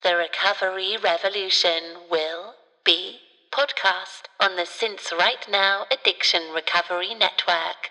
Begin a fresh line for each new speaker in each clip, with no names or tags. The Recovery Revolution will be podcast on the Since Right Now Addiction Recovery Network.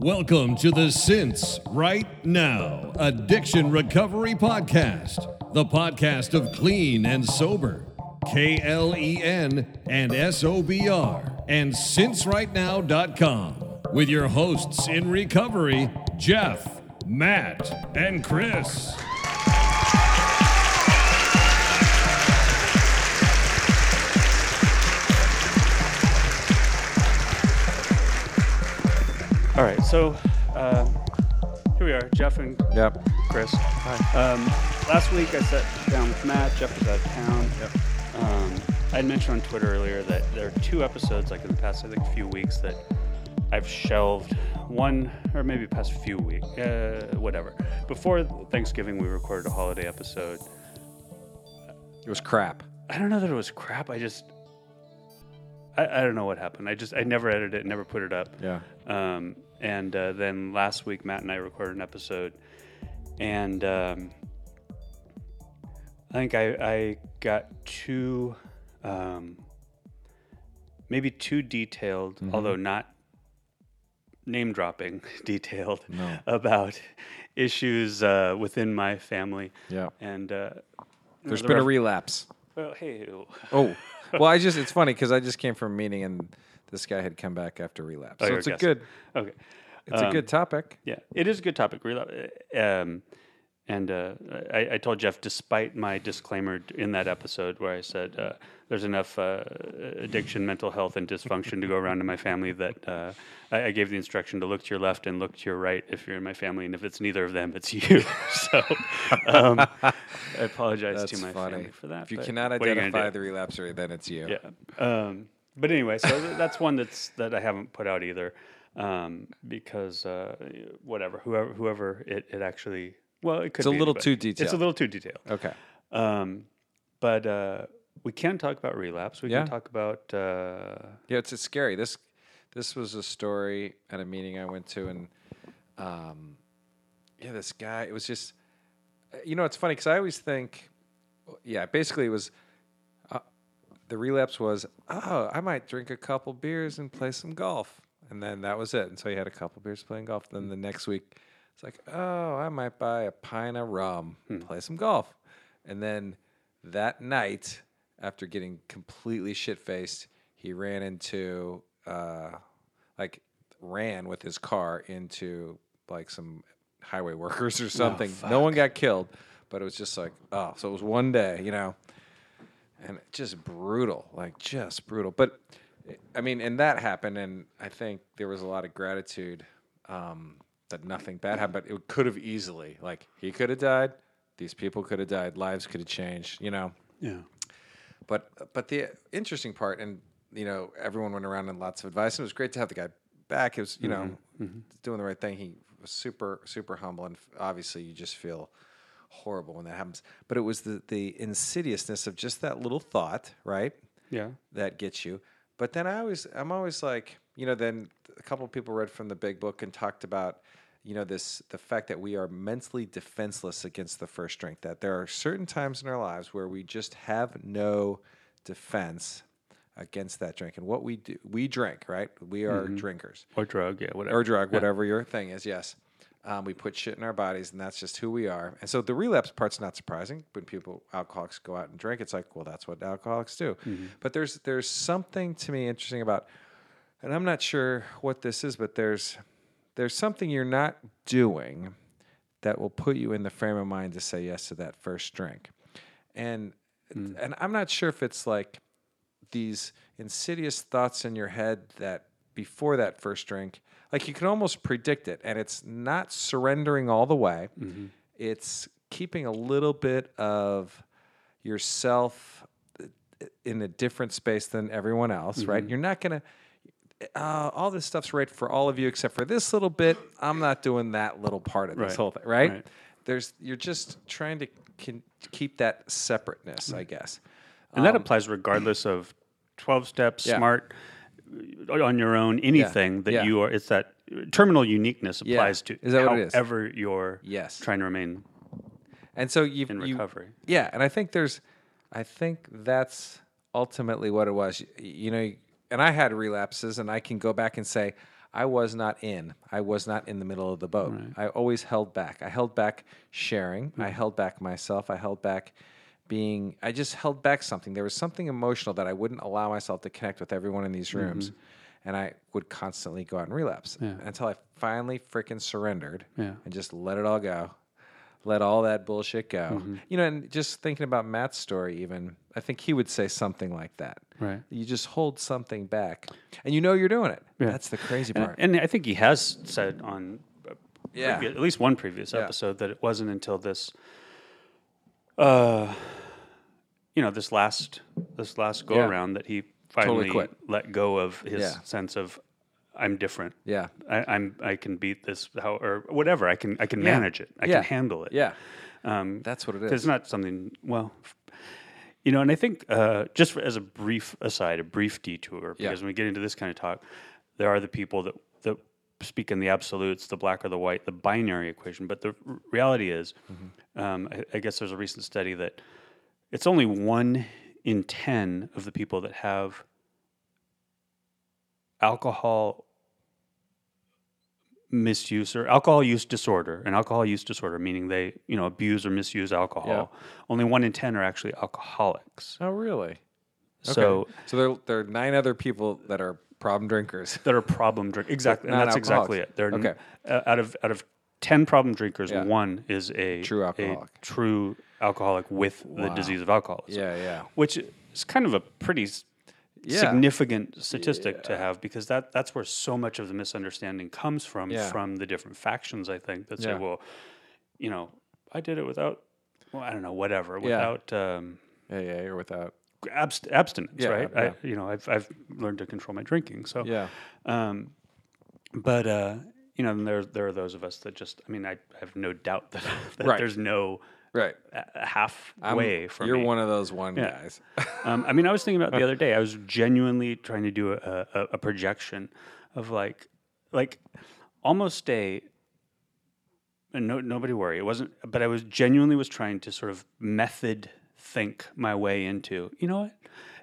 Welcome to the Since Right Now Addiction Recovery Podcast, the podcast of clean and sober, K L E N and S O B R, and sincerightnow.com with your hosts in recovery, Jeff, Matt, and Chris.
All right, so uh, here we are, Jeff and
Yep.
Chris. Um, last week I sat down with Matt. Jeff was out of town. Yep. Um, I had mentioned on Twitter earlier that there are two episodes, like in the past, I think, few weeks that I've shelved. One, or maybe past few weeks, uh, whatever. Before Thanksgiving, we recorded a holiday episode.
It was crap.
I don't know that it was crap. I just, I, I don't know what happened. I just, I never edited it, never put it up.
Yeah.
Um, and uh, then last week, Matt and I recorded an episode, and um, I think I, I got too, um, maybe too detailed,
Mm-hmm.
although not name dropping detailed
No.
about issues uh, within my family.
Yeah.
And uh,
There's
the
been a
ref-
relapse.
well, hey,
Oh. Well, I just it's funny because I just came from a meeting and this guy had come back after relapse. so
Oh, you're
it's a
guessing.
good
okay.
it's a
Um,
good topic.
Yeah, it is a good topic. Rela- Um, and uh, I, I told Jeff, despite my disclaimer in that episode where I said uh, there's enough uh, addiction, mental health, and dysfunction to go around in my family, that uh, I, I gave the instruction to look to your left and look to your right if you're in my family, and if it's neither of them, it's you. so um, I apologize
That's
to my
funny.
family for that.
if you
but
cannot
what are gonna
identify
do?
the relapser, then it's you.
Yeah. Um, but anyway, so th- that's one that's that I haven't put out either, um, because uh, whatever, whoever whoever it, it actually well, it could
It's a
be
little
anybody.
too
It's a
detailed.
little too detailed.
Okay.
Um, but uh, we can talk about relapse. We
Yeah.
can talk about uh,
Yeah, it's, it's scary. This this was a story at a meeting I went to, and um, yeah, this guy. It was just, you know, it's funny because I always think, yeah, basically it was. Uh, the relapse was, oh, I might drink a couple beers and play some golf, and then that was it. And so he had a couple beers playing golf. Then the next week, it's like, oh, I might buy a pint of rum, and play some golf, and then that night, after getting completely shit faced, he ran into, uh, like, ran with his car into like some highway workers or something. no one got killed, but it was just like, oh, so it was one day, you know, and just brutal, like just brutal. But I mean, and that happened, and I think there was a lot of gratitude um, that nothing bad happened. But it could have easily, like, he could have died. These people could have died. Lives could have changed. You know,
yeah,
but but the interesting part, and you know, everyone went around and lots of advice, and it was great to have the guy back. It was you know doing the right thing. He was super super humble, and f- obviously you just feel horrible when that happens. But it was the the insidiousness of just that little thought, right?
yeah,
that gets you. But then I always, I'm always like, you know, then a couple of people read from the big book and talked about, you know, this the fact that we are mentally defenseless against the first drink. That there are certain times in our lives where we just have no defense against that drink. And what we do, we drink, right? We are drinkers
or drug, yeah, whatever.
or drug, whatever your thing is. Yes, um, we put shit in our bodies, and that's just who we are. And so the relapse part's not surprising. When people alcoholics go out and drink, it's like, well, that's what alcoholics do. But there's there's something to me interesting about, and I'm not sure what this is, but there's there's something you're not doing that will put you in the frame of mind to say yes to that first drink. And and I'm not sure if it's like these insidious thoughts in your head that before that first drink, like you can almost predict it. And it's not surrendering all the way,
Mm-hmm.
it's keeping a little bit of yourself uh, in a different space than everyone else,
Mm-hmm.
right? You're not going to. Uh, all this stuff's right for all of you except for this little bit. I'm not doing that little part of this
Right,
whole thing, right?
right.
There's you're just trying to can, keep that
Mm-hmm.
separateness, I guess.
and that applies regardless of twelve steps,
um, Yeah.
smart, on your own anything that
yeah.
you are. It's that terminal uniqueness
Yeah.
applies to
Is that what it is?
however you're
Yes.
trying to remain
And so you've
in
you-
recovery.
yeah, and I think there's, I think that's ultimately what it was. You, you know, and I had relapses, and I can go back and say I was not in. I was not in the middle of the boat. I always held back. I held back sharing. I held back myself. I held back being. I just held back something. There was something emotional that I wouldn't allow myself to connect with everyone in these rooms. And I would constantly go out and relapse until I finally freaking surrendered
Yeah.
and just let it all go let all that bullshit go.
Mm-hmm.
You know, and just thinking about Matt's story, even, I think he would say something like that.
Right.
You just hold something back and you know you're doing it. That's the crazy part.
And I think he has said on a
Yeah.
previous- at least one previous
Yeah.
episode that it wasn't until this, uh, you know, this last this last go
Yeah.
around that he finally
quit.
let go of his
Yeah.
sense of I'm different.
yeah.
I, I'm I can beat this how or whatever I can I can manage it I
Yeah.
can handle it
Yeah.
um,
That's what it
'cause
is.
It's not something, well, f- you know, and I think uh, just for- as a brief aside, a brief detour,
Yeah.
because when we get into this kind of talk, there are the people that, that speak in the absolutes, the black or the white, the binary equation. But the r- reality is, um, I, I guess there's a recent study that it's only one in 10 of the people that have alcohol misuse or alcohol use disorder and alcohol use disorder meaning they you know abuse or misuse alcohol only one in ten are actually alcoholics
Oh, really?
so
so there, there are nine other people that are problem drinkers.
that are problem drink exactly and
Not
that's exactly
alcoholics.
it they're n-
Okay.
uh, out of out of 10 problem drinkers
Yeah.
one is a
True
a
alcoholic.
true alcoholic with the disease of alcoholism
Yeah, yeah.
which is kind of a pretty s
Yeah.
significant statistic to have because that that's where so much of the misunderstanding comes from
Yeah.
from the different factions I think that say
Yeah.
well you know I did it without well I don't know whatever without um,
Yeah, yeah. You're without.
abst- abstinence
Yeah,
right
yeah.
I, you know I've I've learned to control my drinking so
Yeah.
um, but uh, you know, and there there are those of us that just. I mean, I, have no doubt that, that
Right.
there's no
Right.
uh, halfway for
You're
me.
one of those one
Yeah.
guys.
Um, I mean, I was thinking about it the other day. I was genuinely trying to do a, a, a projection of like, like almost a. And no, nobody worry. It wasn't, but I was genuinely was trying to sort of method think my way into. You know what?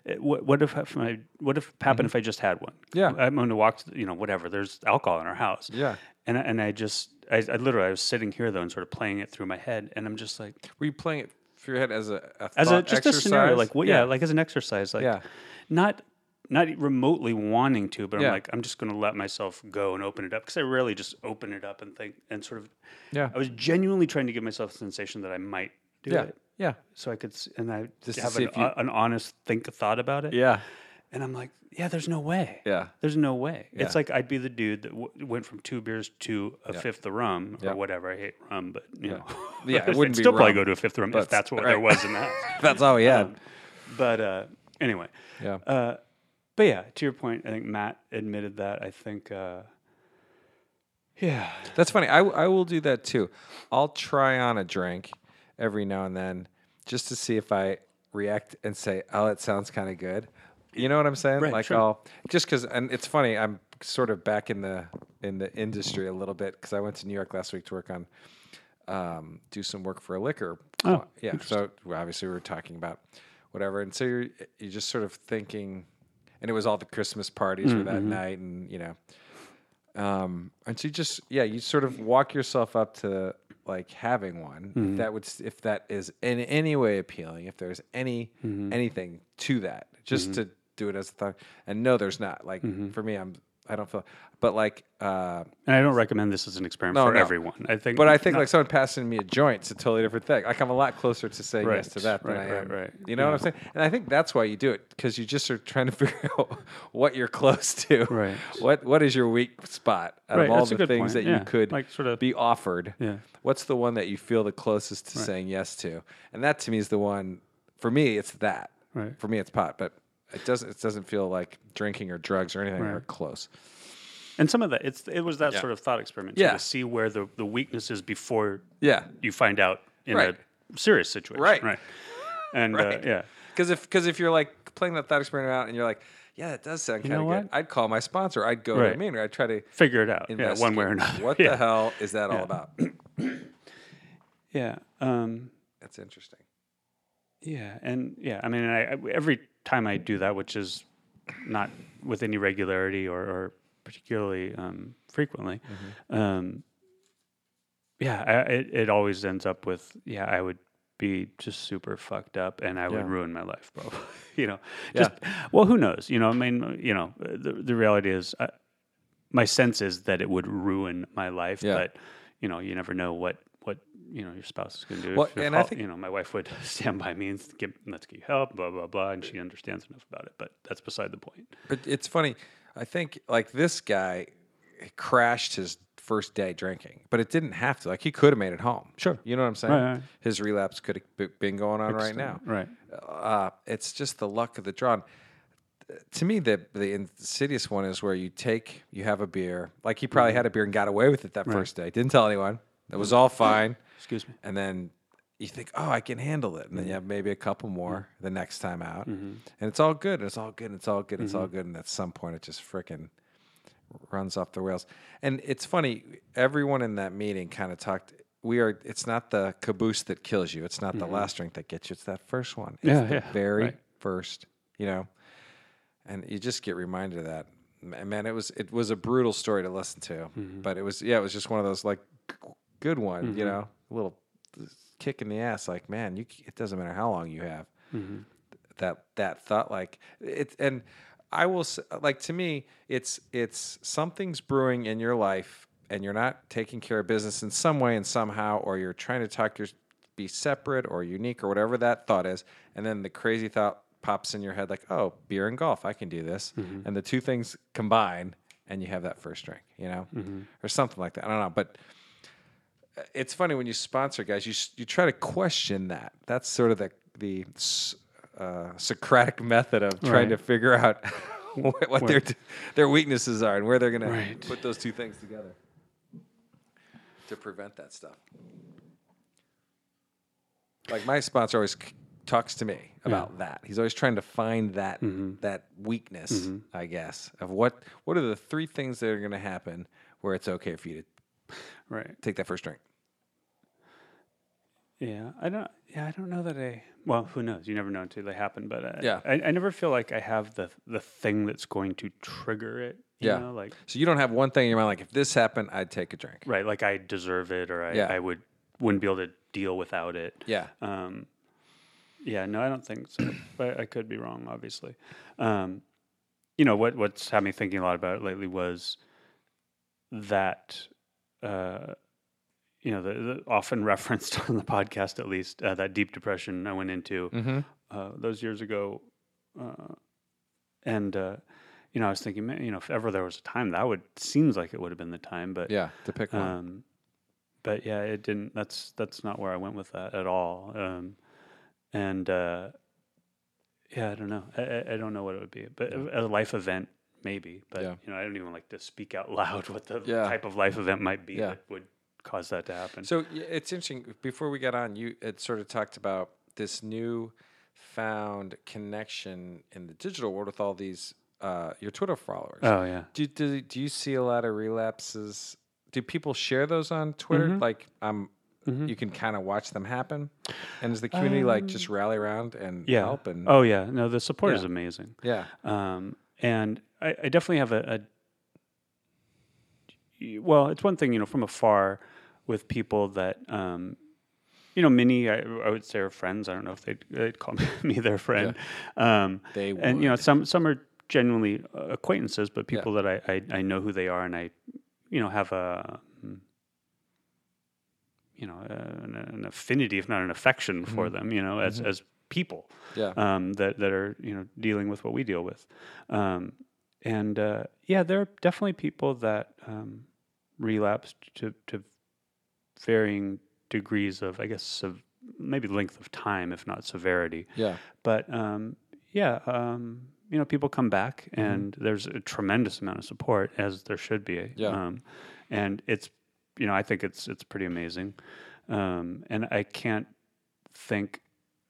Eh, What, what if, if I, what if happened if I just had one?
Mm-hmm. Yeah.
I'm going to walk. To, the- you know, whatever. There's alcohol in our house.
Yeah.
and I, and I just. I, I literally, I was sitting here though, and sort of playing it through my head, and I'm just like,
Were you playing it through your head as a, a
as a
thought
just
exercise?
a scenario, like well, yeah. like as an exercise, like
Yeah.
not not remotely wanting to, but
Yeah.
I'm like I'm just going to let myself go and open it up because I rarely just open it up and think and sort of.
Yeah.
I was genuinely trying to give myself the sensation that I might do
yeah.
it,
Yeah.
so I could s- and I
Just
just
to
have
see
an,
if you-
o- an honest think thought about it.
Yeah.
and I'm like, yeah, there's no way.
Yeah.
There's no way. It's
Yeah.
like I'd be the dude that w- went from two beers to a fifth of rum or
Yeah.
whatever. I hate rum, but you know,
Yeah, it
I'd
wouldn't be
still probably
rum,
go to a fifth of rum
but-
if that's what
right.
there was in the house.
That's all we had.
But uh, anyway,
yeah.
uh, but yeah, to your point, I think Matt admitted that. I think, uh, yeah,
That's funny. I, w- I will do that too. I'll try on a drink every now and then just to see if I react and say, oh, it sounds kind of good. You know what I'm saying?
Right,
like
sure.
I'll just because, and it's funny. I'm sort of back in the in the industry a little bit because I went to New York last week to work on um, do some work for a liquor. Oh, yeah. So well, obviously we were talking about whatever, and so you're you're just sort of thinking, and it was all the Christmas parties were
Mm-hmm.
that night, and you know, um, and so you just yeah, you sort of walk yourself up to like having one. If that would s- if that is in any way appealing, if there's any anything to that, just to do it as a thought. And no, there's not. Like for me, I'm I don't feel, but like. uh
and I don't recommend this as an experiment
No,
for
no.
everyone. I think,
but I think like someone passing me a joint's a totally different thing. Like I'm a lot closer to saying yes
Right,
to that than
right,
I
right,
am.
right.
You know what I'm saying? And I think that's why you do it because you just are trying to figure out what you're close to.
Right.
What What is your weak spot out
Right,
of all
that's a
the
good
things
point,
that
yeah.
you could
Like, sort of-
be offered?
Yeah.
What's the one that you feel the closest to saying yes to? And that to me is the one. For me, it's that.
Right.
For me, it's pot, but it doesn't. It doesn't feel like drinking or drugs or anything are
Right.
close.
and some of that, it's it was that
Yeah.
sort of thought experiment,
Yeah.
to see where the the weakness is before
Yeah.
you find out in
Right.
a serious situation,
Right.
right? And
Right.
Uh, yeah,
Because if because if you're like playing that thought experiment out and you're like, yeah, that does sound
You
kind of
know
good.
what?
I'd call my sponsor. I'd go to
Right.
a meeting. I'd try to
Figure it out. Yeah,
invest
one way or another.
What
yeah.
the hell is that all about?
Yeah. Um,
That's interesting.
Yeah, and yeah, I mean, I, I- every time I do that, which is not with any regularity or, or particularly um, frequently,
Mm-hmm.
um, yeah, I, it, it always ends up with yeah, I would be just super fucked up, and I would
Yeah.
ruin my life, bro. you know, just well, who knows? You know, I mean, uh, you know, the the reality is, I, my sense is that it would ruin my life,
Yeah.
but you know, you never know what what you know your spouse is going to do.
Well,
If your
and I
fol-
think-
you know, my wife would stand by me and give, let's get you help, blah blah blah, and she understands enough about it. But that's beside the point.
But it's funny. I think like this guy crashed his first day drinking, but it didn't have to. Like he could have made it home.
Sure.
You know what I'm saying?
Right, right.
His relapse could have been going on right now.
right?
Uh, it's just the luck of the draw. And, uh, To me, the the insidious one is where you take, you have a beer. Like he
Mm-hmm.
probably had a beer and got away with it that first day. Didn't tell anyone. That was all fine.
Excuse me. Mm-hmm.
And then you think, oh, I can handle it. And then you have maybe a couple more the next time out. And it's all good. And it's all good. And it's all good. And it's
Mm-hmm.
all good. And at some point, it just frickin' runs off the rails. And it's funny, everyone in that meeting kind of talked. We are, it's not the caboose that kills you. It's not the last drink that gets you. It's that first one. It's
Mm-hmm. Yeah,
the
yeah,
very
right.
first, you know. And you just get reminded of that. M- Man, it was it was a brutal story to listen to.
Mm-hmm.
But it was yeah, it was just one of those like g- good one, you know, little uh, kick in the ass. Like, man, you c- it doesn't matter how long you have that that thought. Like it, and I will s- like to me, it's it's something's brewing in your life, and you're not taking care of business in some way and somehow, or you're trying to talk your be separate or unique or whatever that thought is, and then the crazy thought pops in your head like, oh, beer and golf, I can do this, and the two things combine. And you have that first drink, you know, or something like that. I don't know, but it's funny when you sponsor guys, you s- you try to question that. That's sort of the the s- uh, Socratic method of trying to
Right.
figure out what, what their t- their weaknesses are and where they're going
Right.
to put those two things together to prevent that stuff. Like my sponsor always c- talks to me about that. He's always trying to find that
Mm-hmm.
that weakness, I guess, of what what are the three things that are going to happen where it's okay for you to
Right.
take that first drink.
Yeah, I don't. Yeah, I don't know that I. Well, who knows? You never know until they happen. But I,
Yeah.
I, I never feel like I have the the thing that's going to trigger it. You
Yeah.
know? like
So you don't have one thing in your mind like if this happened, I'd take a drink.
right, like I deserve it, or I,
Yeah.
I would wouldn't be able to deal without it.
Yeah.
Um, yeah, no, I don't think so, but I could be wrong, obviously. Um, you know what? What's had me thinking a lot about it lately was that, uh, you know, the, the often referenced on the podcast, at least, uh, that deep depression I went into
Mm-hmm.
uh, those years ago, uh, and uh, you know, I was thinking, man, you know, if ever there was a time, that would seems like it would have been the time, but
Yeah, to pick one.
um, but yeah, it didn't. That's that's not where I went with that at all. Um, and uh, yeah, I don't know. I, I, I don't know what it would be, but a a life event maybe. But
Yeah.
you know, I don't even like to speak out loud what the
Yeah.
type of life event might be
Yeah.
that would cause that to happen.
So y- it's interesting. Before we got on, you had sort of talked about this new found connection in the digital world with all these uh, your Twitter followers.
oh yeah,
do, do do you see a lot of relapses? Do people share those on Twitter?
Mm-hmm.
Like um, you can kind of watch them happen. And is the community like just rally around and
Um, yeah.
help and
oh yeah, no, the support is
Yeah.
amazing.
yeah
Um, and I, I definitely have a, a well, it's one thing, you know, from afar with people that, um, you know, many I, I would say are friends. I don't know if they'd, they'd call me their friend. Um,
They
and you know, some some are genuinely uh, acquaintances, but people that I, I I know who they are, and I, you know, have a mm, you know uh, an, an affinity, if not an affection, for them. You know, as as people
yeah
um, that that are you know dealing with what we deal with, um, and uh, yeah, there are definitely people that um, relapsed to to varying degrees of I guess sev- maybe length of time, if not severity.
yeah
But um, yeah, um, you know, people come back, and there's a tremendous amount of support, as there should be.
Yeah.
Um, and it's, you know, I think it's it's pretty amazing, um, and I can't think.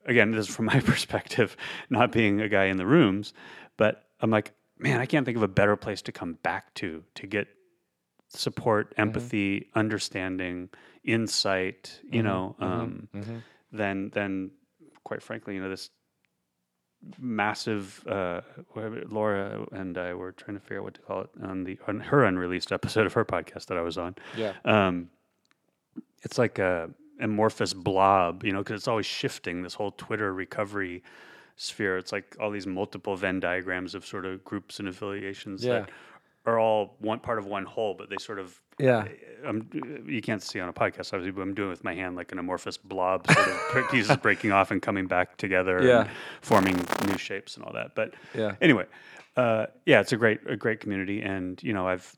Again, this is from my perspective, not being a guy in the rooms, but I'm like, man, I can't think of a better place to come back to to get support, empathy, understanding, insight. You know, um, than than quite frankly, you know, this massive. Uh, whatever- Laura and I were trying to figure out what to call it on the on her unreleased episode of her podcast that I was on
Yeah.
um, it's like a amorphous blob, you know, because it's always shifting. This whole Twitter recovery sphere, it's like all these multiple Venn diagrams of sort of groups and affiliations that are all one part of one whole, but they sort of
Yeah.
I'm, you can't see on a podcast, obviously, but I'm doing it with my hand like an amorphous blob, sort of pieces breaking off and coming back together, and
Yeah.
forming new shapes and all that. But
Yeah.
anyway, uh, yeah, it's a great a great community, and you know I've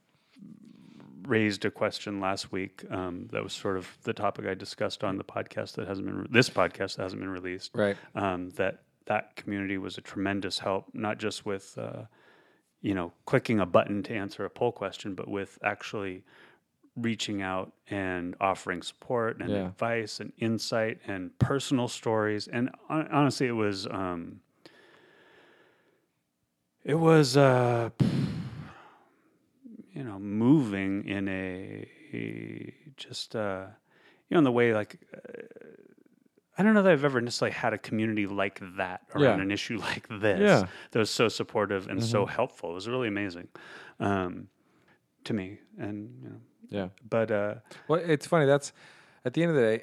raised a question last week um, that was sort of the topic I discussed on the podcast that hasn't been re- this podcast that hasn't been released.
Right.
Um, that that community was a tremendous help, not just with uh, you know clicking a button to answer a poll question, but with actually reaching out and offering support and
Yeah.
advice and insight and personal stories. And hon- honestly, it was. Um, it was uh you know moving in a just uh you know in the way like uh, i don't know that i've ever necessarily had a community like that around
Yeah.
an issue like this
Yeah. Mm-hmm.
that was so supportive and so helpful it was really amazing um to me and you know
Yeah.
but uh
Well, it's funny. That's at the end of the day,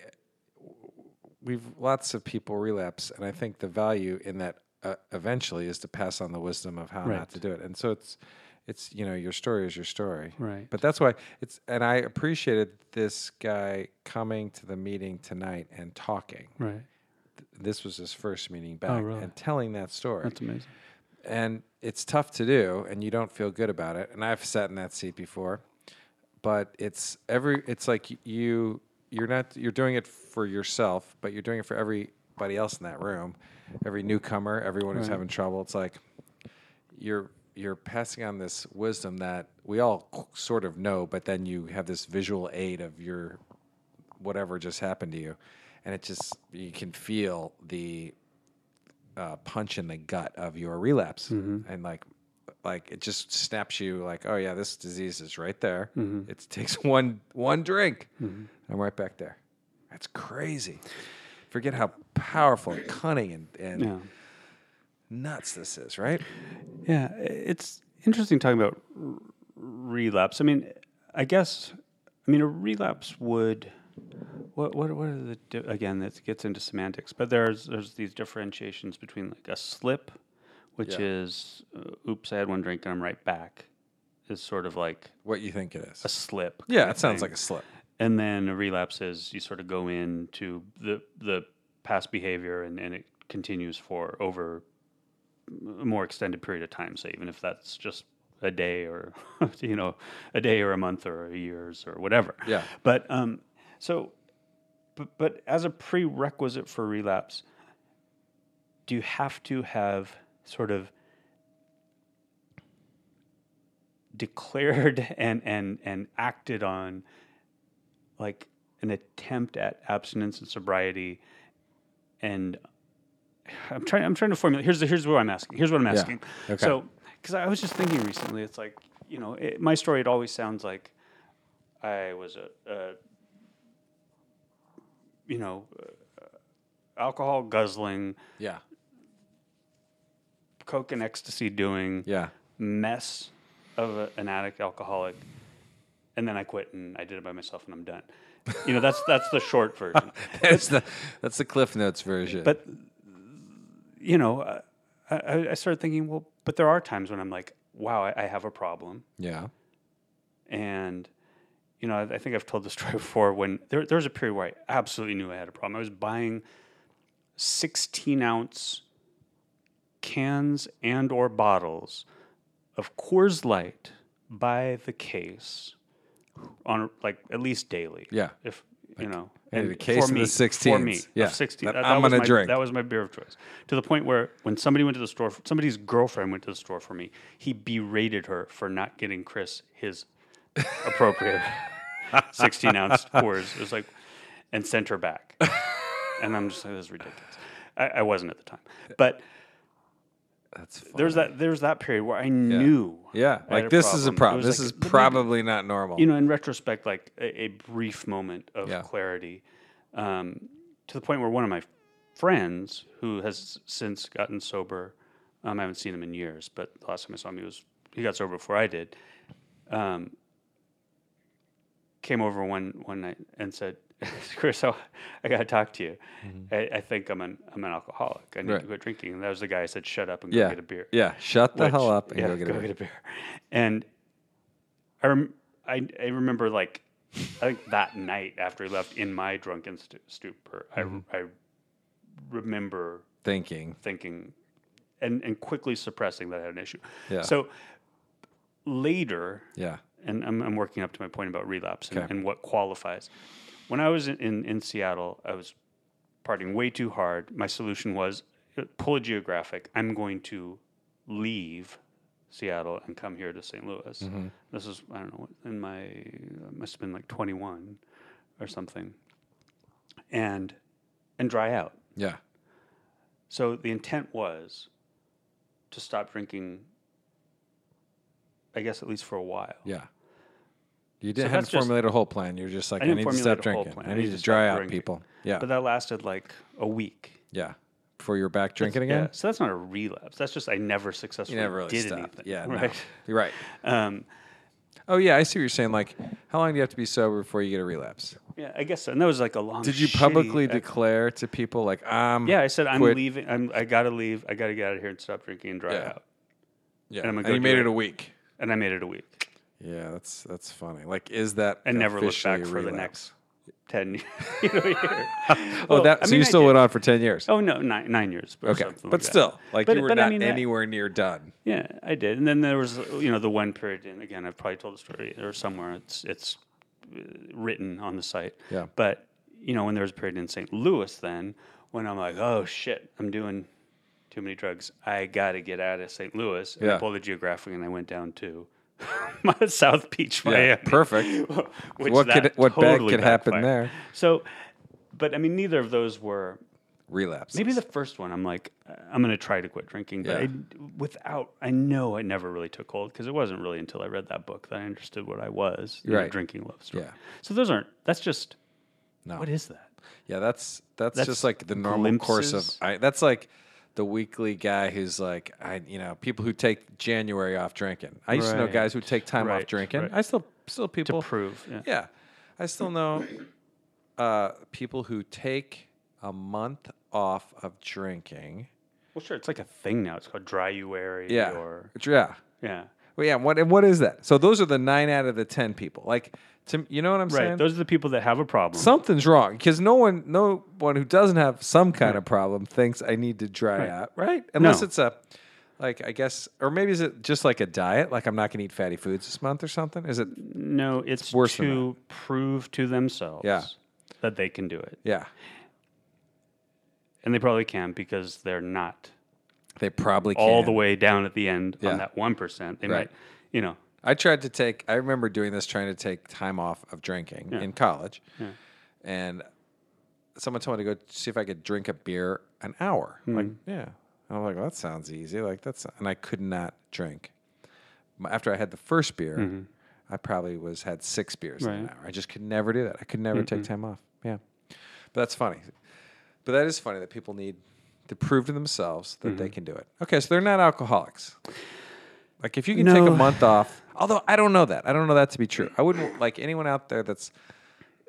we've lots of people relapse, and I think the value in that uh, eventually is to pass on the wisdom of how
Right.
not to do it. And so it's, it's you know, your story is your story,
Right.
But that's why it's, and I appreciated this guy coming to the meeting tonight and talking.
right
This was his first meeting back
Oh, really?
and telling that story
that's amazing
and it's tough to do and you don't feel good about it and i've sat in that seat before but it's every it's like y- you you're not you're doing it for yourself but you're doing it for everybody else in that room every newcomer everyone who's having trouble it's like you're you're passing on this wisdom that we all c- sort of know but then you have this visual aid of your whatever just happened to you and it just you can feel the uh, punch in the gut of your relapse
Mm-hmm.
and like like it just snaps you like oh yeah this disease is right there
Mm-hmm.
it takes one one drink i'm right back there that's crazy forget how powerful and cunning and, and
yeah
nuts this is right
Yeah, i- it's interesting talking about r- relapse. I mean, I guess, I mean, a relapse would. What what what are the di- again? That gets into semantics, but there's there's these differentiations between like a slip, which
Yeah.
is, uh, oops, I had one drink and I'm right back, is sort of like
what you think it
a
is
slip.
yeah it sounds like a slip
And then a relapse is you sort of go into the the past behavior and, and it continues for over a more extended period of time. So even if that's just a day or you know a day or a month or a years or whatever.
Yeah.
But um, so but but as a prerequisite for relapse, do you have to have sort of declared and and and acted on like an attempt at abstinence and sobriety and i'm trying i'm trying to formulate here's the, here's what i'm asking here's what i'm asking
Okay.
so because i was just thinking recently it's like you know it, my story it always sounds like i was a, a you know uh, alcohol guzzling
yeah
coke and ecstasy doing
yeah
mess of a, an addict alcoholic and then i quit and i did it by myself and i'm done you know that's that's the short version
that's the that's the cliff notes version
but you know uh, I, I- I started thinking well but there are times when i'm like wow i, I have a problem
yeah
and you know, I, I think I've told this story before. When there, there was a period where I absolutely knew I had a problem. I was buying sixteen ounce cans and or bottles of Coors Light by the case on a- like at least daily.
Yeah.
if you know.
I need
and
a case of the
For me,
16s. Yeah,
of 16.
that
That,
I'm
was
gonna
my-
drink.
That was my beer of choice. To the point where when somebody went to the store, somebody's girlfriend went to the store for me, he berated her for not getting Chris his appropriate 16 ounce pours. It was like, and sent her back. And I'm just like, this is ridiculous. I, I wasn't at the time. But
That's funny.
there's that there's that period where I knew.
Yeah,
I had
like this is a
It
problem.
was
This
like,
is
but maybe-
probably not normal.
you know, in retrospect, like a, a brief moment of
Yeah.
clarity, um, to the point where one of my friends, who has since gotten sober, um, I haven't seen him in years, but the last time I saw him, he was he got sober before I did. Um, came over one one night and said, "Chris, I, I got to talk to you. I, I think I'm an I'm an alcoholic. I need
Mm-hmm. Right.
to quit drinking." And that was the guy I said, "Shut up and go
yeah,
get a beer."
yeah. Shut the
Which-
hell up and
yeah,
go get a beer.
And I, rem- I, I remember like, I think that night after he left in my drunken stu- stupor, I re-
Mm-hmm.
I, remember
Thinking.
thinking and, and quickly suppressing that I had an issue.
Yeah.
So later,
Yeah.
and I'm, I'm working up to my point about relapse and,
Okay.
and what qualifies. When I was in, in, in Seattle, I was partying way too hard. My solution was uh, pull a geographic. I'm going to leave Seattle and come here to St. Louis. This is I don't know in my I must have been like 21 or something, and and dry out.
Yeah.
So the intent was to stop drinking. I guess at least for a while.
Yeah. You didn't
that's
have
just-
formulate a whole plan. You're just like,
I
I,
didn't
need to
formulate
stop
a whole
drinking.
plan.
I need to dry
stop
out
drinking."
people. Yeah.
But that lasted like a week.
yeah. Before you're back drinking
Yeah.
again.
So that's not a relapse. That's just I never successfully
You never really
did
stopped.
anything.
Yeah. no.
Right.
You're right.
Um,
Oh yeah, I see what you're saying. Like, how long do you have to be sober before you get a relapse?
yeah. I guess so. And that was like a long.
Did you
shitty
publicly
ex-
declare to people like, um,
Yeah, I said I'm
quit-
leaving. I'm. I gotta leave. I gotta get out of here and stop drinking and dry
Yeah.
out.
yeah,
and I'm gonna
and
go
you made
do it.
it a week.
And I made it a week
Yeah, that's that's funny. Like, is that
and never looked
officially
back
a
for the
relapse?
next ten you know, years.
Oh,
Well,
that
I
so
mean,
you
I
still
did-
went on for ten years.
Oh no, nine nine years. or
okay,
something
but
like that.
still, like
But-
you were
but I
not
mean, that-
anywhere near done.
Yeah, I did, and then there was you know the one period, and again I've probably told the story or somewhere it's it's uh, written on the site.
Yeah.
But you know when there was a period in St. Louis then when I'm like oh shit I'm doing too many drugs I gotta get out of St. Louis. And
Yeah.
I pulled a geographic and I went down to my South Beach, Miami.
Yeah, perfect.
Which
What
that
could what bad
totally
could happen
backfired.
there?
So, but I mean neither of those were
Relapse.
Maybe the first one, I'm like, I'm gonna try to quit drinking, but
Yeah.
I, without, I know it never really took hold because it wasn't really until I read that book that I understood what I was you know,
Right.
drinking love story.
Yeah.
So those aren't. That's just
no.
what is that?
Yeah, that's that's,
That's
just like the normal course of.
glimpses.
I, that's like the weekly guy who's like, I you know, people who take January off drinking. I used to know
Right.
guys who take time off
Right,
drinking.
right.
I still still people.
Prove. Yeah.
yeah, I still know uh, people who take a month off of drinking.
Well, sure, it's like a thing now. It's called dry uary.
Yeah,
Or
yeah.
yeah.
Well, yeah, what and what is that? So those are the nine out of the ten people. Like, to, you know what I'm
Right.
saying?
Those are the people that have a problem.
Something's wrong because no one, no one who doesn't have some kind of problem thinks I need to dry out, right? Unless
No.
it's a, like I guess, or maybe is it just like a diet? Like I'm not going to eat fatty foods this month or something? Is it?
no, it's,
worse than
to prove to themselves
Yeah.
that they can do it,
Yeah,
and they probably can because they're not
they probably
all
can.
the way down at the end
Yeah.
on that one percent. They
Right.
might, you know.
I tried to take. I remember doing this, trying to take time off of drinking in college, and someone told me to go see if I could drink a beer an hour.
Hmm.
Like, yeah, and I'm like, well, that sounds easy. Like that's, and I could not drink. M- After I had the first beer, I probably was had six beers in an
Mm-hmm. Right.
hour. I just could never do that. I could never take time off. Yeah, but that's funny. But that is funny that people need to prove to themselves that
Mm-hmm.
they can do it. Okay, so they're not alcoholics. Like if you can take a
No.
month off, although I don't know that. I don't know that to be true. I wouldn't like anyone out there that's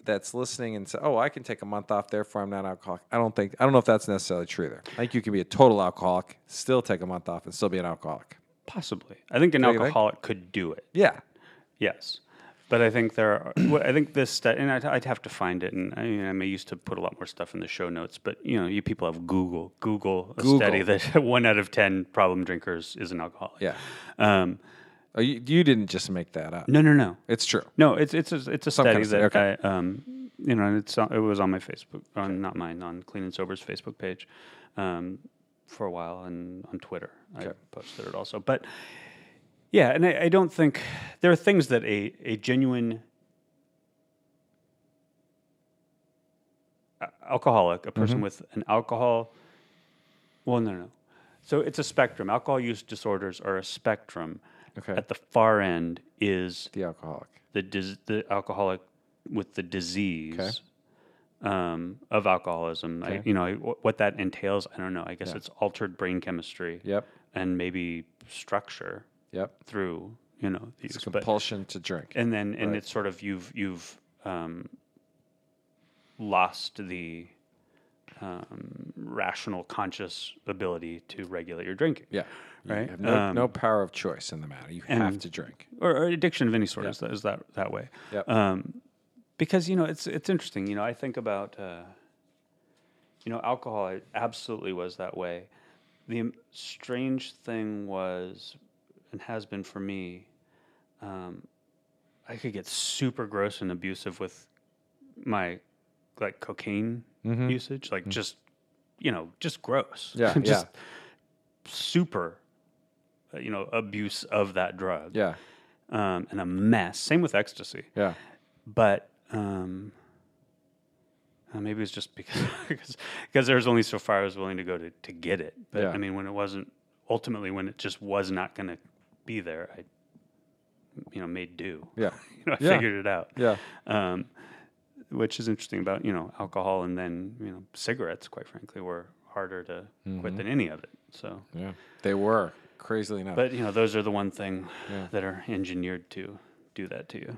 that's listening and say, "Oh, I can take a month off, therefore I'm not alcoholic." I don't think I don't know if that's necessarily true either. I think you can be a total alcoholic, still take a month off and still be an alcoholic.
Possibly, I think an
you think?
alcoholic could do it.
Yeah.
Yes, but I think there are. well, I think this stu- and I'd, I'd have to find it. And I, mean, I may used to put a lot more stuff in the show notes, but you know, you people have Google. Google a study
Google.
that one out of ten problem drinkers is an alcoholic.
Yeah.
Um,
Oh, you, you didn't just make that up.
no, no, no.
It's true.
No, it's it's a, it's a
kind
study
of
that
study, okay.
I um you know and it's on- it was on my Facebook on not mine on Clean and Sober's Facebook page, um for a while and on Twitter I posted it also but yeah and I, I don't think there are things that a a genuine
Mm-hmm.
a- alcoholic a person with an alcohol well no no So it's a spectrum. Alcohol use disorders are a spectrum.
Okay.
At the far end is
The alcoholic.
the dis- the alcoholic with the disease
Okay.
um, of alcoholism. I, you know I- wh- what that entails. I don't know. I guess it's altered brain chemistry.
Yep.
And maybe structure
Yep.
through you know these.
It's
but-
compulsion to drink.
and then and it's sort of you've you've um, lost the um, rational conscious ability to regulate your drinking.
yeah.
right?
You have no,
Um,
no power of choice in the matter. You have to drink.
or, or addiction of any sort is, that, is that that way.
Yep.
Um, because you know it's it's interesting. You know, I think about uh, you know alcohol. It absolutely was that way. The am- strange thing was, and has been for me, um, I could get super gross and abusive with my like cocaine usage, like just you know just gross.
Mm-hmm. Mm. Yeah.
just super. uh, You know, abuse of that drug
yeah.
um, and a mess. Same with ecstasy,
Yeah.
but um, uh, maybe it's just because because, because there was only so far I was willing to go to to get it. But
Yeah.
I mean, when it wasn't ultimately when it just was not going to be there, I you know made do.
Yeah.
you know, I
Yeah.
figured it out.
Yeah.
Um, which is interesting about you know alcohol and then you know cigarettes. Quite frankly, were harder to
Mm-hmm.
quit than any of it. So.
Yeah. They were crazily enough.
But you know, those are the one thing
Yeah.
that are engineered to do that to you.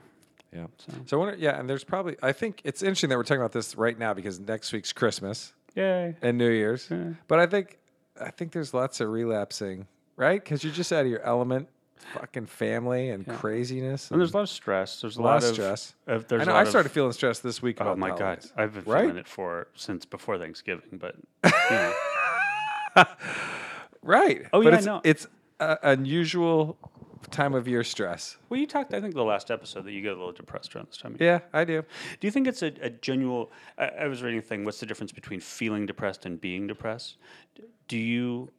Yeah. So. I wonder. Yeah, and there's probably. I think it's interesting that we're talking about this right now because next week's Christmas
Yay.
and New Year's. But I think, I think there's lots of relapsing, right? Because you're just out of your element, fucking family and craziness.
And there's a lot of stress. There's a
a
lot,
lot of
of
stress.
Of, there's
I
a
know.
lot
I
of-
started feeling stressed this week.
Oh
about
my
the
god,
holidays.
I've been
Right?
feeling it for since before Thanksgiving, but you know,
Right.
Oh,
but
yeah, I
it's,
know.
It's a unusual time of year stress.
well, you talked. I think the last episode that you get a little depressed around this time. of year.
Yeah, I do.
Do you think it's a, a genuine? I, I was reading a thing. What's the difference between feeling depressed and being depressed? Do you?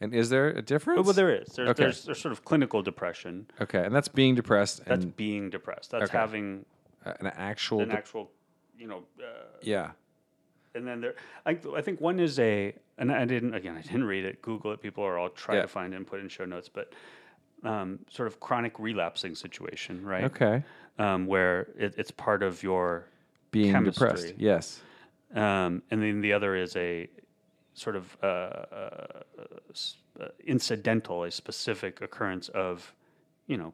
And is there a difference?
Oh, well, there is. There's,
Okay.
there's there's sort of clinical depression.
Okay, and that's being depressed
That's
and
being depressed. That's
Okay.
having
uh, an actual.
an
de-
actual, you know, uh,
yeah.
and then there I, I think one is a and i didn't again i didn't read it google it people are all try
Yeah.
to find it and put it in show notes but um, sort of chronic relapsing situation right
Okay.
um, where it, it's part of your
Being
chemistry
depressed. Yes.
um, and then the other is a sort of uh, uh, s- uh, incidental a specific occurrence of you know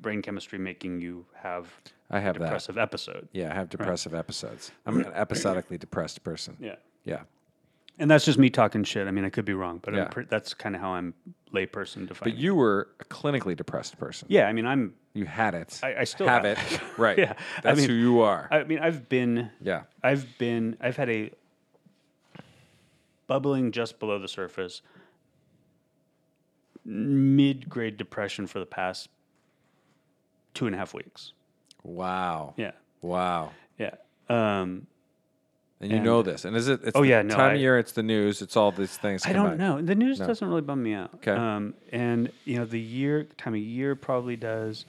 brain chemistry making you have
I have that.
depressive episode
Yeah, I have depressive episodes. I'm an episodically depressed person.
yeah
Yeah.
And that's just me talking shit. I mean, I could be wrong, but
Yeah.
I'm pre- that's kind of how I'm layperson defining.
But
it.
you were a clinically depressed person.
yeah, I mean, I'm.
You had it.
I- I still
have
have
it.
it.
right.
Yeah, I
That's
mean,
who you are.
I mean, I've been.
yeah.
I've been. I've had a bubbling just below the surface, mid-grade depression for the past two and a half weeks.
Wow.
Yeah,
Wow.
yeah. Um,
And you
And-
know this. And is it? It's
Oh,
the
yeah, no,
Time
I-
of year. It's the news. It's all these things.
I don't
combined.
know. The news doesn't really bum me out.
'Kay.
Um, and you know, the year time of year probably does.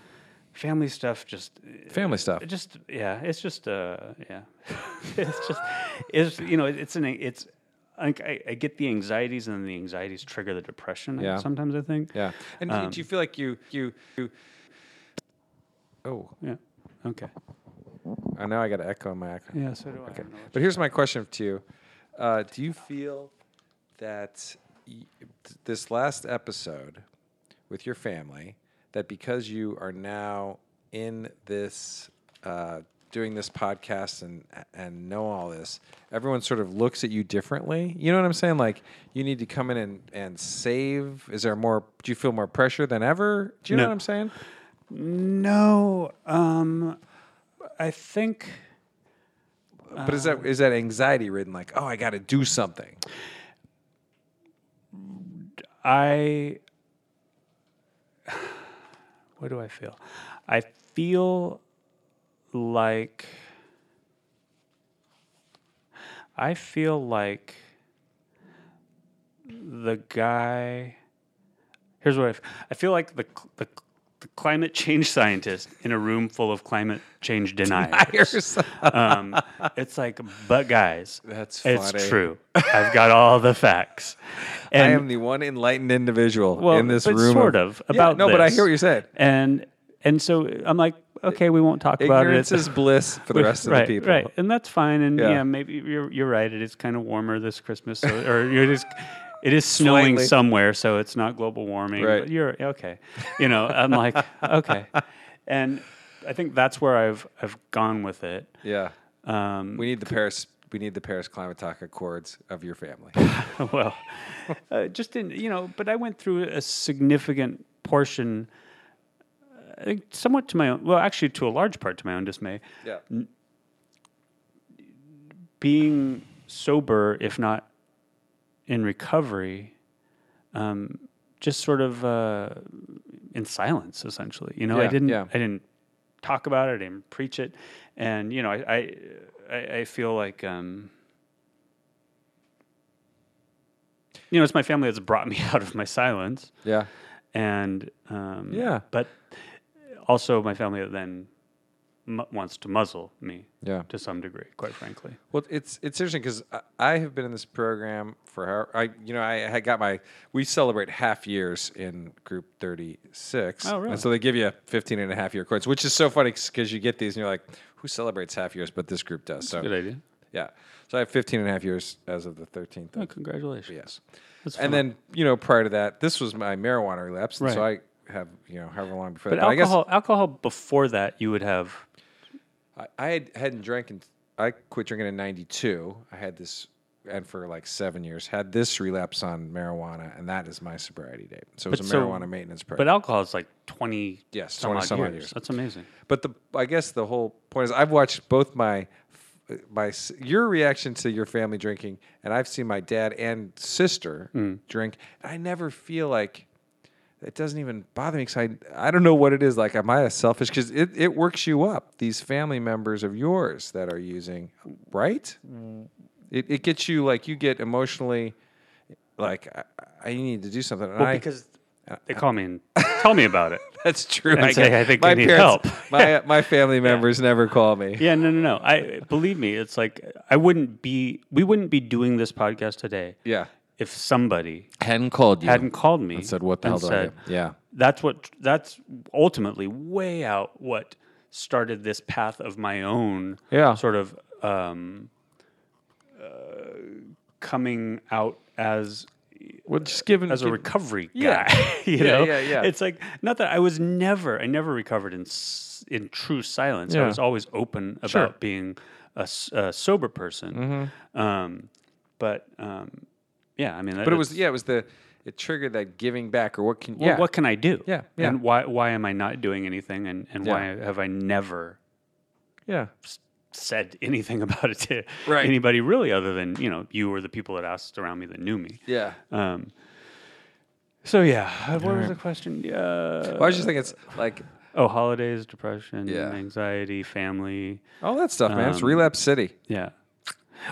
Family stuff just
Family stuff.
It just yeah it's just uh yeah it's just it's you know it's an it's I, think I, I get the anxieties and then the anxieties trigger the depression
Yeah.
sometimes i think
Yeah. And
Um,
do- do you feel like you you you? Oh,
yeah okay
I know I got to echo in my echo.
yeah so do i, I don't know.
But here's my question to you: uh, Do you feel that y- th- this last episode with your family, that because you are now in this, uh, doing this podcast and and know all this, everyone sort of looks at you differently? You know what I'm saying? Like you need to come in and and save. Is there more? Do you feel more pressure than ever? Do you know
No.
what I'm saying?
no um i think
but is that is that anxiety ridden? Like, oh, I got to do something.
I what do I feel? I feel like I feel like the guy here's what I f- I feel like the cl- the cl- climate change scientist in a room full of climate change deniers. um, it's like, but guys,
That's funny.
it's true. I've got all the facts. And
I am the one enlightened individual
well,
in this
but
room.
sort of, about
yeah, no, but I
this.
hear what you said.
And and so I'm like, okay, we won't talk about it.
Ignorance is bliss for the rest of
right,
the people.
Right, and that's fine. And
Yeah.
yeah, maybe you're you're right. It is kind of warmer this Christmas, so, or you're just. It is snowing
Slightly.
somewhere, so it's not global warming.
Right.
But you're okay. You know, I'm like okay, and I think that's where I've I've gone with it.
Yeah.
Um,
We need the Paris. We need the Paris Climate Talk Accords of your family.
well, uh, just in you know, but I went through a significant portion, I think somewhat to my own. Well, actually, to a large part to my own dismay,
Yeah.
being sober, if not in recovery, um, just sort of uh, in silence, essentially. You know, I
Yeah,
didn't,
yeah.
I didn't talk about it, I didn't preach it, and you know, I, I, I, I feel like. Um, you know, it's my family that's brought me out of my silence,
Yeah.
and um,
Yeah.
but also my family that then mu- wants to muzzle me
Yeah.
to some degree, quite frankly.
Well, it's it's interesting because I, I have been in this program for how I you know I had got my we celebrate half years in group 36.
Oh, really?
And so they give you 15 and a half year accords, which is so funny because you get these and you're like, who celebrates half years? But this group does. So
Good idea.
yeah. So I have 15 and a half years as of the 13th. of
Oh, congratulations.
Yes.
That's
and
phenomenal.
then, you know, prior to that, this was my marijuana relapse. and So I
Right.
have, you know, however long before
But
that. but
alcohol, alcohol before that, you would have.
I guess I, I had, hadn't drank and I quit drinking in 92. I had this, and for like seven years, had this relapse on marijuana. And that is my sobriety date. So it was
But
a
so-
marijuana maintenance program.
But alcohol is like twenty.
Yes,
some
20
odd
some odd
years.
years.
That's amazing.
But the I guess the whole point is I've watched both my my s- your reaction to your family drinking, and I've seen my dad and sister
Hmm.
drink, and I never feel like it doesn't even bother me because I I don't know what it is. Like am I a selfish? Because it it works you up. These family members of yours that are using right,
Mm.
it it gets you like you get emotionally like I, I need to do something. And
Well,
I-
because they call me and tell me about it.
that's true.
and say,
guess.
"I think I
my
need
parents,
help."
my my family members never call me.
Yeah, no, no, no. I believe me. It's like I wouldn't be. We wouldn't be doing this podcast today
Yeah.
if somebody
Hadn't called you.
hadn't called me
said, "What the
and
hell do I
said,
do?" Yeah.
that's what. That's ultimately way out what started this path of my own.
Yeah.
Sort of um, uh, coming out as
Well, just given
as a
given-
recovery
Yeah.
guy. you
Yeah,
know,
yeah, yeah.
It's like not that I was never, I never recovered in s- in true silence. I
Yeah.
was always open about being a, s- a sober person. Um, but um, yeah, I mean,
Mm-hmm. But it was yeah, it was the it triggered that giving back or what can yeah.
what can I do?
Yeah, yeah.
And why why am I not doing anything? And and
Yeah.
why have I never
yeah.
said anything about it to
Right.
anybody really, other than you know you or the people that asked around me that knew me.
Yeah.
Um, so yeah, what was the question? Yeah.
Well, I was just thinking it's like
Oh, holidays, depression,
Yeah.
anxiety, family.
all that stuff, man. It's
Um,
relapse city.
Yeah.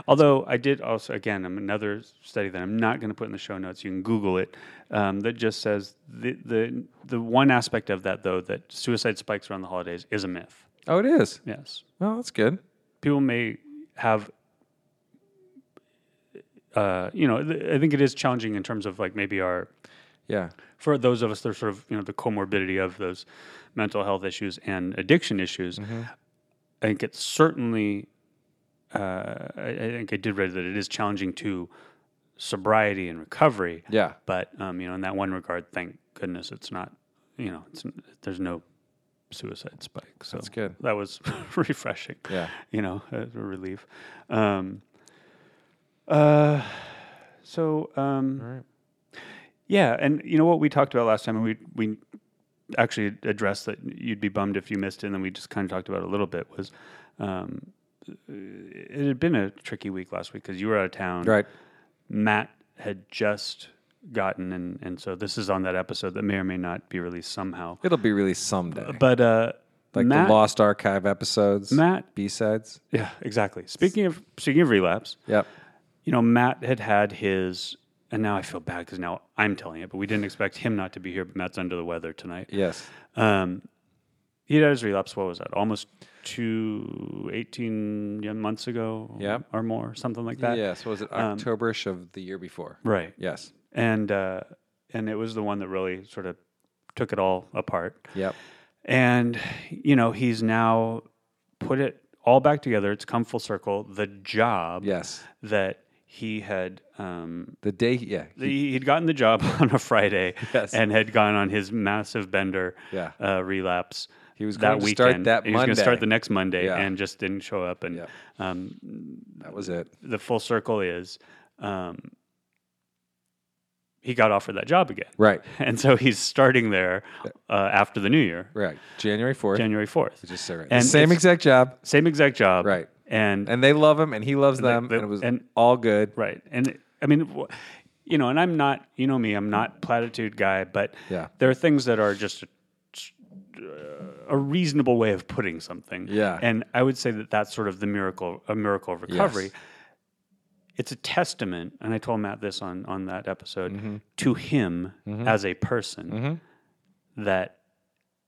Although I did also, again, um, another study that I'm not going to put in the show notes. You can Google it. Um, that just says the, the the one aspect of that though that suicide spikes around the holidays is a myth.
Oh, it is.
Yes,
Well, that's good.
people may have. Uh, you know, th- I think it is challenging in terms of like maybe our
Yeah.
for those of us that are sort of you know the comorbidity of those mental health issues and addiction issues,
Mm-hmm.
I think it's certainly. Uh, I, I think I did read that it is challenging to sobriety and recovery.
Yeah.
But um, you know, in that one regard, thank goodness it's not. You know, it's, there's no suicide spike. So
That's good.
That was refreshing.
Yeah.
You know, a relief. Um, uh, so um,
All right.
yeah, and you know what we talked about last time, and we we actually addressed that you'd be bummed if you missed it, and then we just kind of talked about it a little bit. Was um, it had been a tricky week last week because you were out of town,
Right.
Matt had just gotten, and and so this is on that episode that may or may not be released somehow.
It'll be released someday.
But uh,
like
Matt,
the lost archive episodes.
Matt-
B sides.
yeah, exactly. Speaking of speaking of relapse,
Yep.
you know, Matt had had his and now I feel bad because now I'm telling it, but we didn't expect him not to be here. But Matt's under the weather tonight.
Yes.
Um, he had his relapse. What was that? Almost two, 18 yeah, months ago,
Yep.
or more, something like that.
yes. What was it
um,
Octoberish of the year before?
Right.
Yes.
And uh, and it was the one that really sort of took it all apart.
Yep.
And you know, he's now put it all back together. It's come full circle. The job
Yes.
that he had um,
The day. Yeah.
he- he'd gotten the job on a Friday
Yes.
and had gone on his massive bender
Yeah.
uh, relapse.
He was
that
going to
weekend.
start that
he was going to
Monday.
start the next Monday
Yeah.
and just didn't show up. And
Yeah.
um,
That was it.
the full circle is um, he got offered that job again.
Right.
And so he's starting there uh, after the new year,
Right. January 4th.
January 4th.
just so right.
And
the same
it's-
exact job.
Same exact job.
Right.
And,
And they love him and he loves
the-
them.
the-
and it was
and-
all good.
Right. And I mean, w- you know, and I'm not, you know me, I'm not platitude guy, but
Yeah.
there are things that are just a, a reasonable way of putting something.
Yeah.
And I would say that that's sort of the miracle, a miracle of recovery.
Yes.
It's a testament, and I told Matt this on on that episode
Mm-hmm.
to him as a person that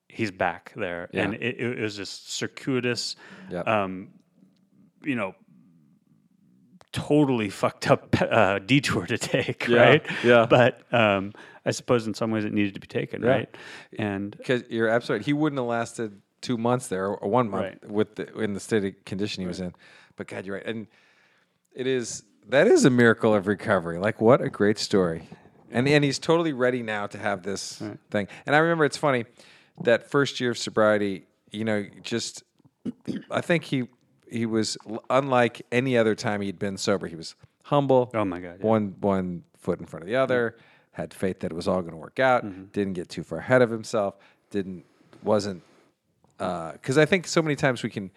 he's back there,
Mm-hmm. Yeah.
and it, it was this circuitous,
Yep.
um, you know, totally fucked up uh, detour to take,
Yeah,
right?
yeah.
But um, I suppose in some ways it needed to be taken,
Yeah.
right? And
Because you're absolutely right. He wouldn't have lasted two months there or one month
Right.
with the, in the state of condition he was in. But God, you're right. And it is that is a miracle of recovery. Like what a great story. And and he's totally ready now to have this thing. And I remember it's funny that first year of sobriety, you know, just I think he he was l- unlike any other time he'd been sober. He was humble.
Oh my God, yeah. Mm-hmm.
One one foot in front of the other. Had faith that it was all going to work out. Didn't get too far ahead of himself. Didn't wasn't because I think so many times we can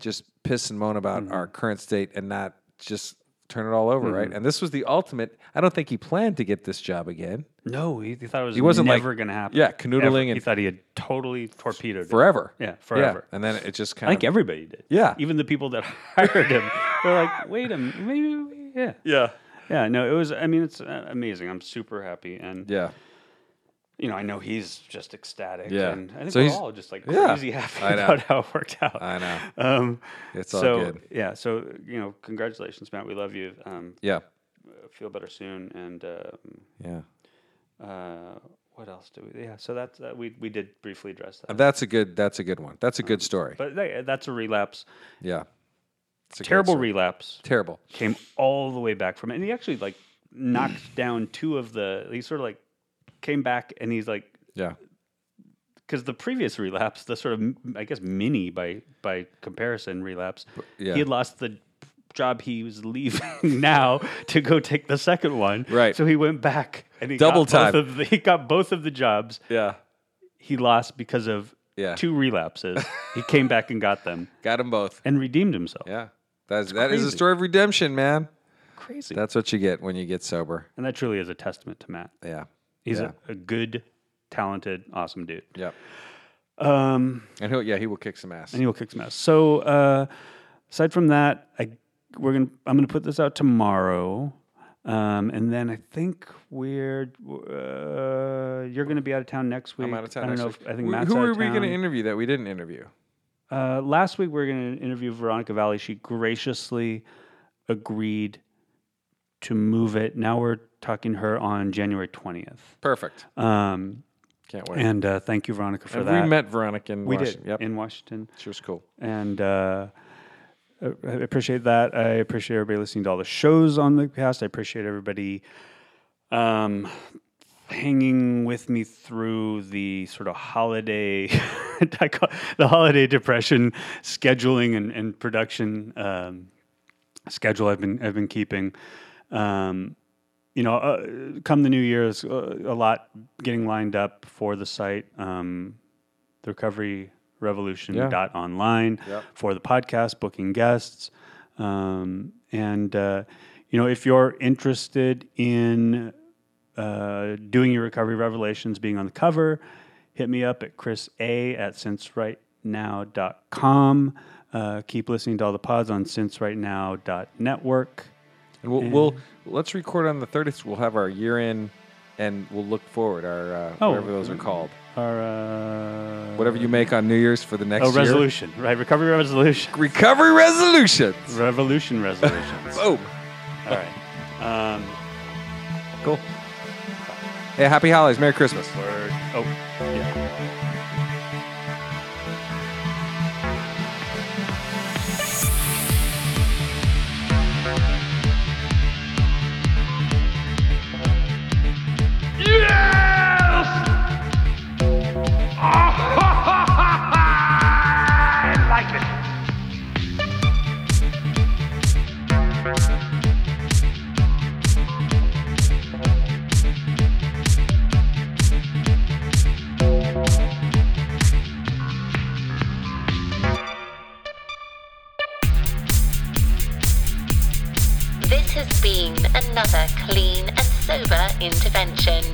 just piss and moan about
Mm-hmm.
our current state and not just turn it all over,
Mm-hmm.
right? And this was the ultimate. I don't think he planned to get this job again
no, he, he thought it was
He wasn't, like-
never going to happen.
yeah, canoodling
Ever. He
and-
thought he had totally torpedoed it.
forever.
Yeah, forever.
And then it just
I
kind
think
of
everybody did.
Yeah.
even the people that hired him were like, "Wait a minute, maybe, we- yeah,
yeah
yeah." No, it was. I mean, it's uh, amazing. I'm super happy, and
yeah.
you know, I know he's just ecstatic.
Yeah.
and I think
So
we're
he's-
all just like
Yeah.
crazy happy
I know.
about how it worked out.
I know.
Um,
It's all
so
good.
yeah, so you know, congratulations, Matt. We love you. Um,
Yeah.
feel better soon, and um,
Yeah.
uh, what else do we? Yeah, so that's uh, we we did briefly address that,
That's a good. That's a good one. That's a
Um,
good story.
but tha- that's a relapse,
yeah. It's a good
terrible
story.
relapse.
Terrible.
Came all the way back from it, and he actually like knocked down two of the. He sort of like came back, and he's like
Yeah.
because the previous relapse, the sort of m- I guess mini by by comparison relapse,
yeah.
he had lost the job he was leaving now to go take the second one.
Right.
So he went back and he
Double
got
time.
Both of the, he got both of the jobs
Yeah.
he lost because of
Yeah.
two relapses. he came back and got them
Got them both.
and redeemed himself.
Yeah. That's that is a
crazy.
story of redemption, man.
Crazy.
That's what you get when you get sober.
and that truly is a testament to Matt.
Yeah.
He's
Yeah.
a, a good, talented, awesome dude.
Yep.
Um,
And he'll yeah he will kick some ass.
and he'll kick some ass. So uh, aside from that, I we're gonna I'm gonna put this out tomorrow, um, and then I think we're uh, you're gonna be out of town next week.
I'm out of town.
I don't
next
know.
week.
If, I think
Wh-
Matt's
Who
out
are
of
we going
town.
to interview that we didn't interview?
Uh, last week we were going to interview Veronica Valley. She graciously agreed to move it. Now we're talking her on January 20th.
Perfect.
Um,
Can't wait.
and uh, thank you, Veronica, for
And
that.
we met Veronica in
We
Washington.
did
Yep.
in Washington.
she was cool.
and uh, I I appreciate that. I appreciate everybody listening to all the shows on the cast. I appreciate everybody um, hanging with me through the sort of holiday, dicho- the holiday depression scheduling and, and production um, schedule I've been I've been keeping. Um, you know, uh, come the new year, there's uh, a lot getting lined up for the site. Um, the recovery revolution dot online for the podcast booking guests um, and uh, you know if you're interested in uh, doing your recovery revelations being on the cover hit me up at chris a at sincerightnow.com uh, keep listening to all the pods on sincerightnow.network
And we'll, we'll let's record on the 30th. We'll have our year in, and we'll look forward. Our uh,
Oh.
whatever those are called,
Our uh,
whatever you make on New Year's for the next
Oh,
year.
resolution, right? Recovery resolution,
Recovery resolutions.
revolution resolutions. All
Boom.
right. Um,
Cool. Hey, happy holidays. Merry Christmas.
word. Oh, yeah.
Yes! I like it.
This has been another clean and sober intervention.